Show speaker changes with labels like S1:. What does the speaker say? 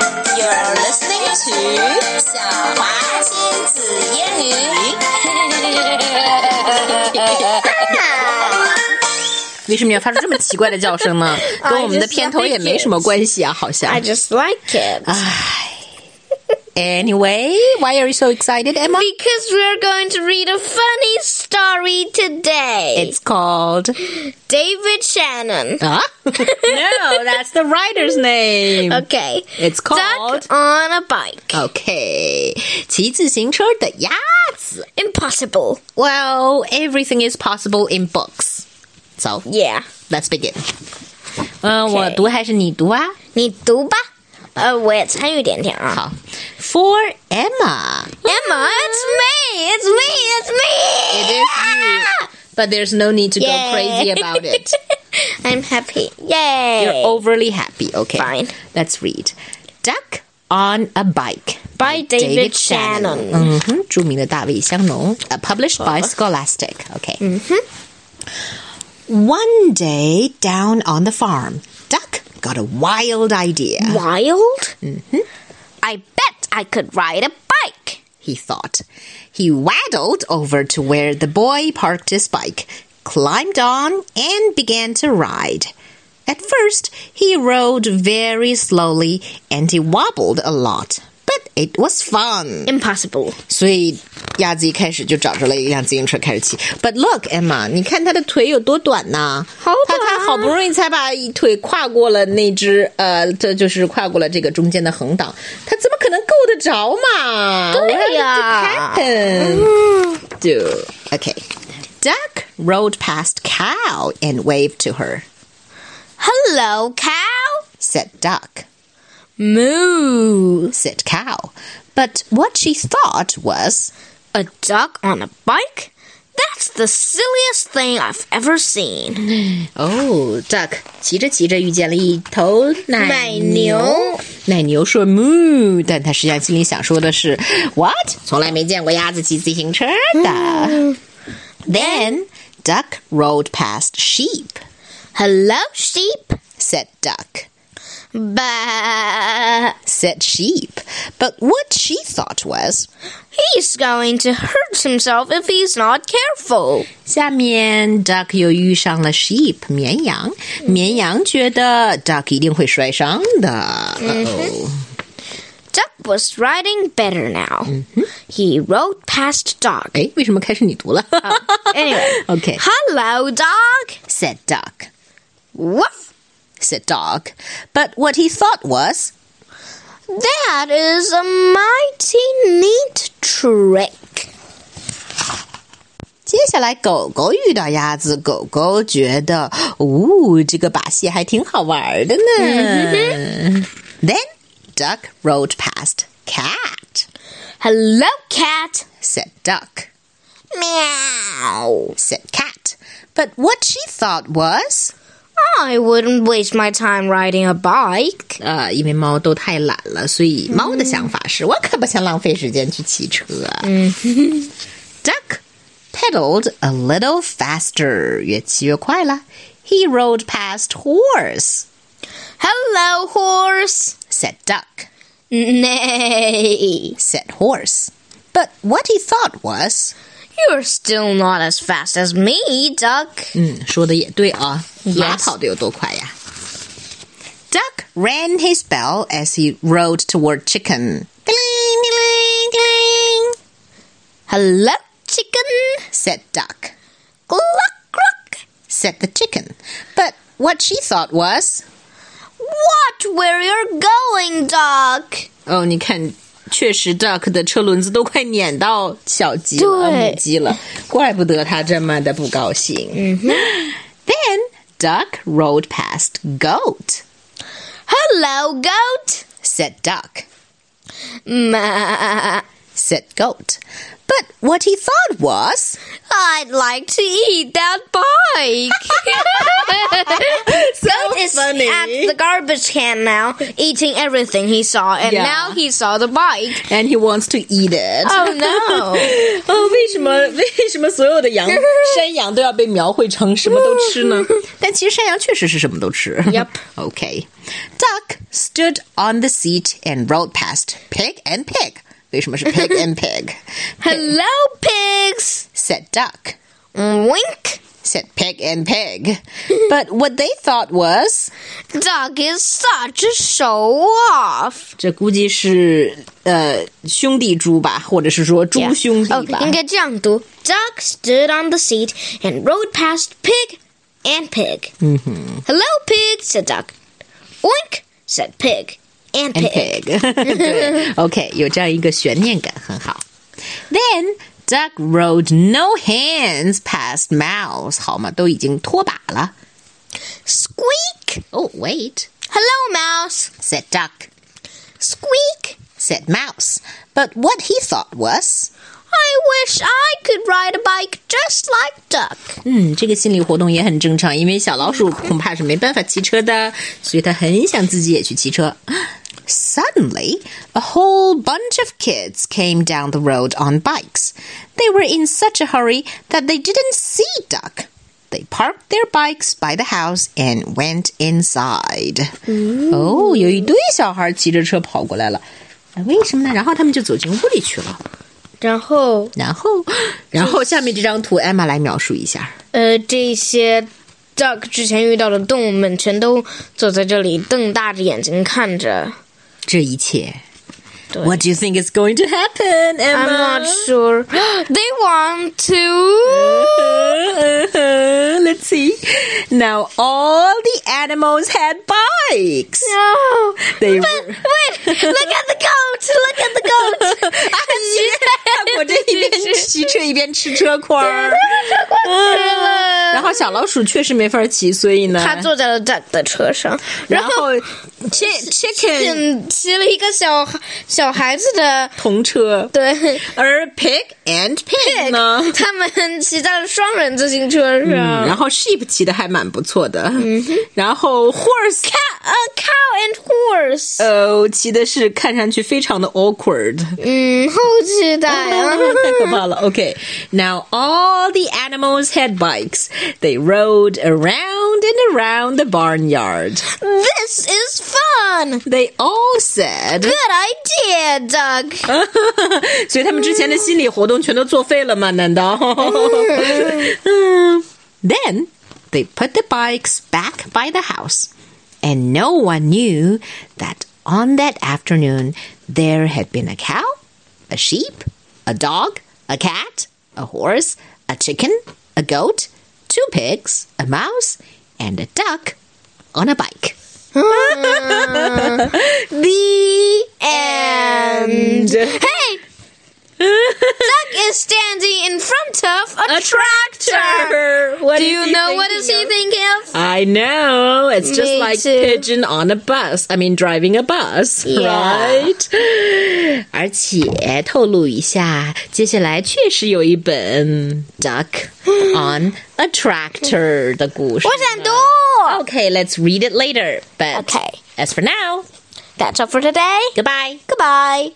S1: You're listening to 小华仙子英语。
S2: 为什么你要发出这么奇怪的叫声 呢？跟我们的片头也没什么关系啊，好
S3: I
S2: 像。
S3: just like it.
S2: Anyway, why are you so excited, Emma?
S3: Because we're going to read a funny story today.
S2: It's called
S3: David Shannon.
S2: ah. no, that's the writer's name.
S3: Okay.
S2: It's called
S3: Duck on a bike.
S2: okay. 骑自行车的鸭子。
S3: Impossible.
S2: Well, everything is possible in books. So
S3: Yeah.
S2: let's begin. 嗯、我读还是你读啊？
S3: Oh, 你读吧。呃，我也参与点点啊。
S2: 好，For Emma.
S3: Emma, it's me. It's me. It's me.
S2: It is you. But there's no need to go
S3: Yay.
S2: crazy about it.
S3: I'm happy. Yay.
S2: You're overly happy. Okay.
S3: Fine.
S2: Let's read. Duck on a Bike
S3: By David Shannon.
S2: 嗯哼，著名的大卫香农。Uh, published by Scholastic. Okay.
S3: Mm-hmm.
S2: One day down on the farm, Duck got a wild idea.
S3: Wild? I bet I could ride a bike.
S2: he thought. He waddled over to where the boy parked his bike, climbed on, and began to ride. At first, he rode very slowly and he wobbled a lot, but it was fun.
S3: Impossible.
S2: 所以鸭子一开始就找着了一辆自行车开始骑。But look, Emma，你看它的腿有多短呐？
S3: 好短啊
S2: 它它好不容易才把一腿跨过了那只呃，这就是跨过了这个中间的横档，它怎么可能够得着嘛？
S3: 对呀
S2: What happened? Do okay. Duck rode past cow and waved to her.
S3: Hello, cow.
S2: Said duck.
S3: Moo.
S2: Said cow. But what she thought was.
S3: A duck on a bike? That's the silliest thing I've ever seen.
S2: 哦、d u c k 骑着骑着遇见了一头奶
S3: 奶牛。
S2: 奶牛说 “moo”，但他实际上心里想说的是 “what”，从来没见过鸭子骑自行车的。Then duck rode past sheep.
S3: Hello, sheep.
S2: Said duck.
S3: Bah.
S2: Said sheep. But what she thought was.
S3: He's going to hurt himself if he's not careful.
S2: 下面 duck 又遇上了 sheep 绵羊，绵羊觉得 duck 一定会摔伤的。哦
S3: Duck was riding better now. He rode past dog.
S2: 哎，为什么开始你读了
S3: Anyway,
S2: ？OK。
S3: hello, dog.
S2: said duck,
S3: Woof.
S2: said dog. But what he thought was,
S3: That is a mighty neat trick.
S2: 接下来狗狗遇到鸭子，狗狗觉得，哦，这个把戏还挺好玩的呢。Then duck rode past cat,
S3: Hello, cat.
S2: said duck,
S3: Meow.
S2: said cat. But what she thought was,
S3: I wouldn't waste my time riding a bike.
S2: 呃，因为猫都太懒了，所以猫的想法是、我可不想浪费时间去骑车。嗯 ，Duck pedaled a little faster，越骑越快了。He rode past horse.
S3: Hello, horse.
S2: Said duck.
S3: Nay.
S2: Said horse. But what he thought was，
S3: You're still not as fast as me, duck.
S2: 嗯，说的也对啊，马
S3: Yes.
S2: 跑得有多快呀？Duck ran his bell as he rode toward chicken. Ding, ding, ding,
S3: Hello, chicken.
S2: said duck.
S3: Cluck, cluck.
S2: said the chicken. But what she thought was,
S3: What? Where you're going, duck?
S2: 哦，你看，确实 duck 的车轮子都快碾到小鸡了、
S3: 对
S2: 母鸡了，怪不得它这么的不高兴。Then duck rode past goat.
S3: Hello, goat.
S2: Said duck.
S3: Ma.
S2: Said goat. But But what he thought was
S3: I'd like to eat that bike.
S2: so
S3: Goat is at the garbage can now, eating everything he saw, and
S2: Yeah.
S3: now he saw the bike.
S2: and he wants to eat it.
S3: Oh no!
S2: 哦，为什么为什么所有的 羊山羊都要被描绘成什么都吃呢？ 但其实山羊确实是什么都吃。
S3: Yep.
S2: Okay. Duck stood on the seat and rode past pig and pig. 为什么是 pig and pig?
S3: Hello, pigs.
S2: Said duck.
S3: Wink.
S2: Said pig and pig. But what they thought was
S3: Duck is such a show off.
S2: 这估计是呃兄弟猪吧，或者是说猪
S3: Yeah.
S2: 兄弟吧。
S3: Oh, 应该这样读. Duck stood on the seat and rode past pig and pig.
S2: Mm-hmm.
S3: Hello, pig, said duck. Oink, said pig and
S2: and
S3: pig.
S2: pig. 对，OK，有这样一个悬念感，很好。Then duck rode no hands past mouse，好嘛，都已经脱把了。
S3: Squeak.
S2: Oh wait，said
S3: Hello, mouse,
S2: duck。
S3: squeak.
S2: Said mouse, but what he thought was，
S3: I wish I could ride a bike just like duck.
S2: 嗯，这个心理活动也很正常，因为小老鼠恐怕是没办法骑车的，所以它很想自己也去骑车。Suddenly, a whole bunch of kids came down the road on bikes. They were in such a hurry that they didn't see Duck. They parked their bikes by the house and went inside. 哦，有一堆小孩骑着车跑过来了，哎为什么呢？然后他们就走进屋里去了。
S3: 然后，
S2: 然后，然后下面这张图，艾玛来描述一下。
S3: 呃，这些 duck 之前遇到的动物们全都坐在这里，瞪大着眼睛看着。
S2: 这一切。
S3: 对
S2: What do you think is going to happen,
S3: I'm
S2: Emma?
S3: not sure. They want to.
S2: Uh-huh, Let's see. Now all the animals had bikes.
S3: No.
S2: They
S3: But
S2: were-
S3: wait, look at the goat. Look at the goat.
S2: 我这一边骑车一边吃车 筐儿，然后小老鼠确实没法骑，所以呢，
S3: 他坐在了 duck 的车上，
S2: 然后 chick chicken
S3: 嗯，骑了一个小小孩子的，
S2: 同车，
S3: 对。
S2: 而 pig and pig 呢，
S3: 他们骑在了双人自行车上。
S2: 然后 sheep 骑的还蛮不错的，然后 horse
S3: A cow and horse，、
S2: 哦，骑的是看上去非常的 awkward，
S3: 嗯，后期的呀。
S2: 太可怕了。OK，now、all the animals had bikes. They rode around and around the barnyard.
S3: This is fun.
S2: They all said，
S3: Good idea, Doug.
S2: 所以他们之前的心理活动全都作废了吗？难道？ 嗯 Then they put the bikes back by the house, and no one knew that on that afternoon there had been a cow, a sheep, a dog, a cat, a horse, a chicken, a goat, two pigs, a mouse, and a duck on a bike. the
S3: And uh,
S2: end.
S3: hey, Doug is standing in front of a,
S2: A tractor. What
S3: Do
S2: is
S3: you
S2: he
S3: know what is
S2: thinking
S3: he
S2: of?
S3: thinking of?
S2: I know. It's just
S3: Me
S2: like
S3: too.
S2: pigeon on a bus. I mean, driving a bus,
S3: Yeah.
S2: right? 而且透露一下，接下来确实有一本 Duck on a Tractor 的故事。
S3: 我想读。
S2: Okay, let's read it later. But
S3: Okay.
S2: as for now,
S3: That's all for today.
S2: goodbye.
S3: Goodbye.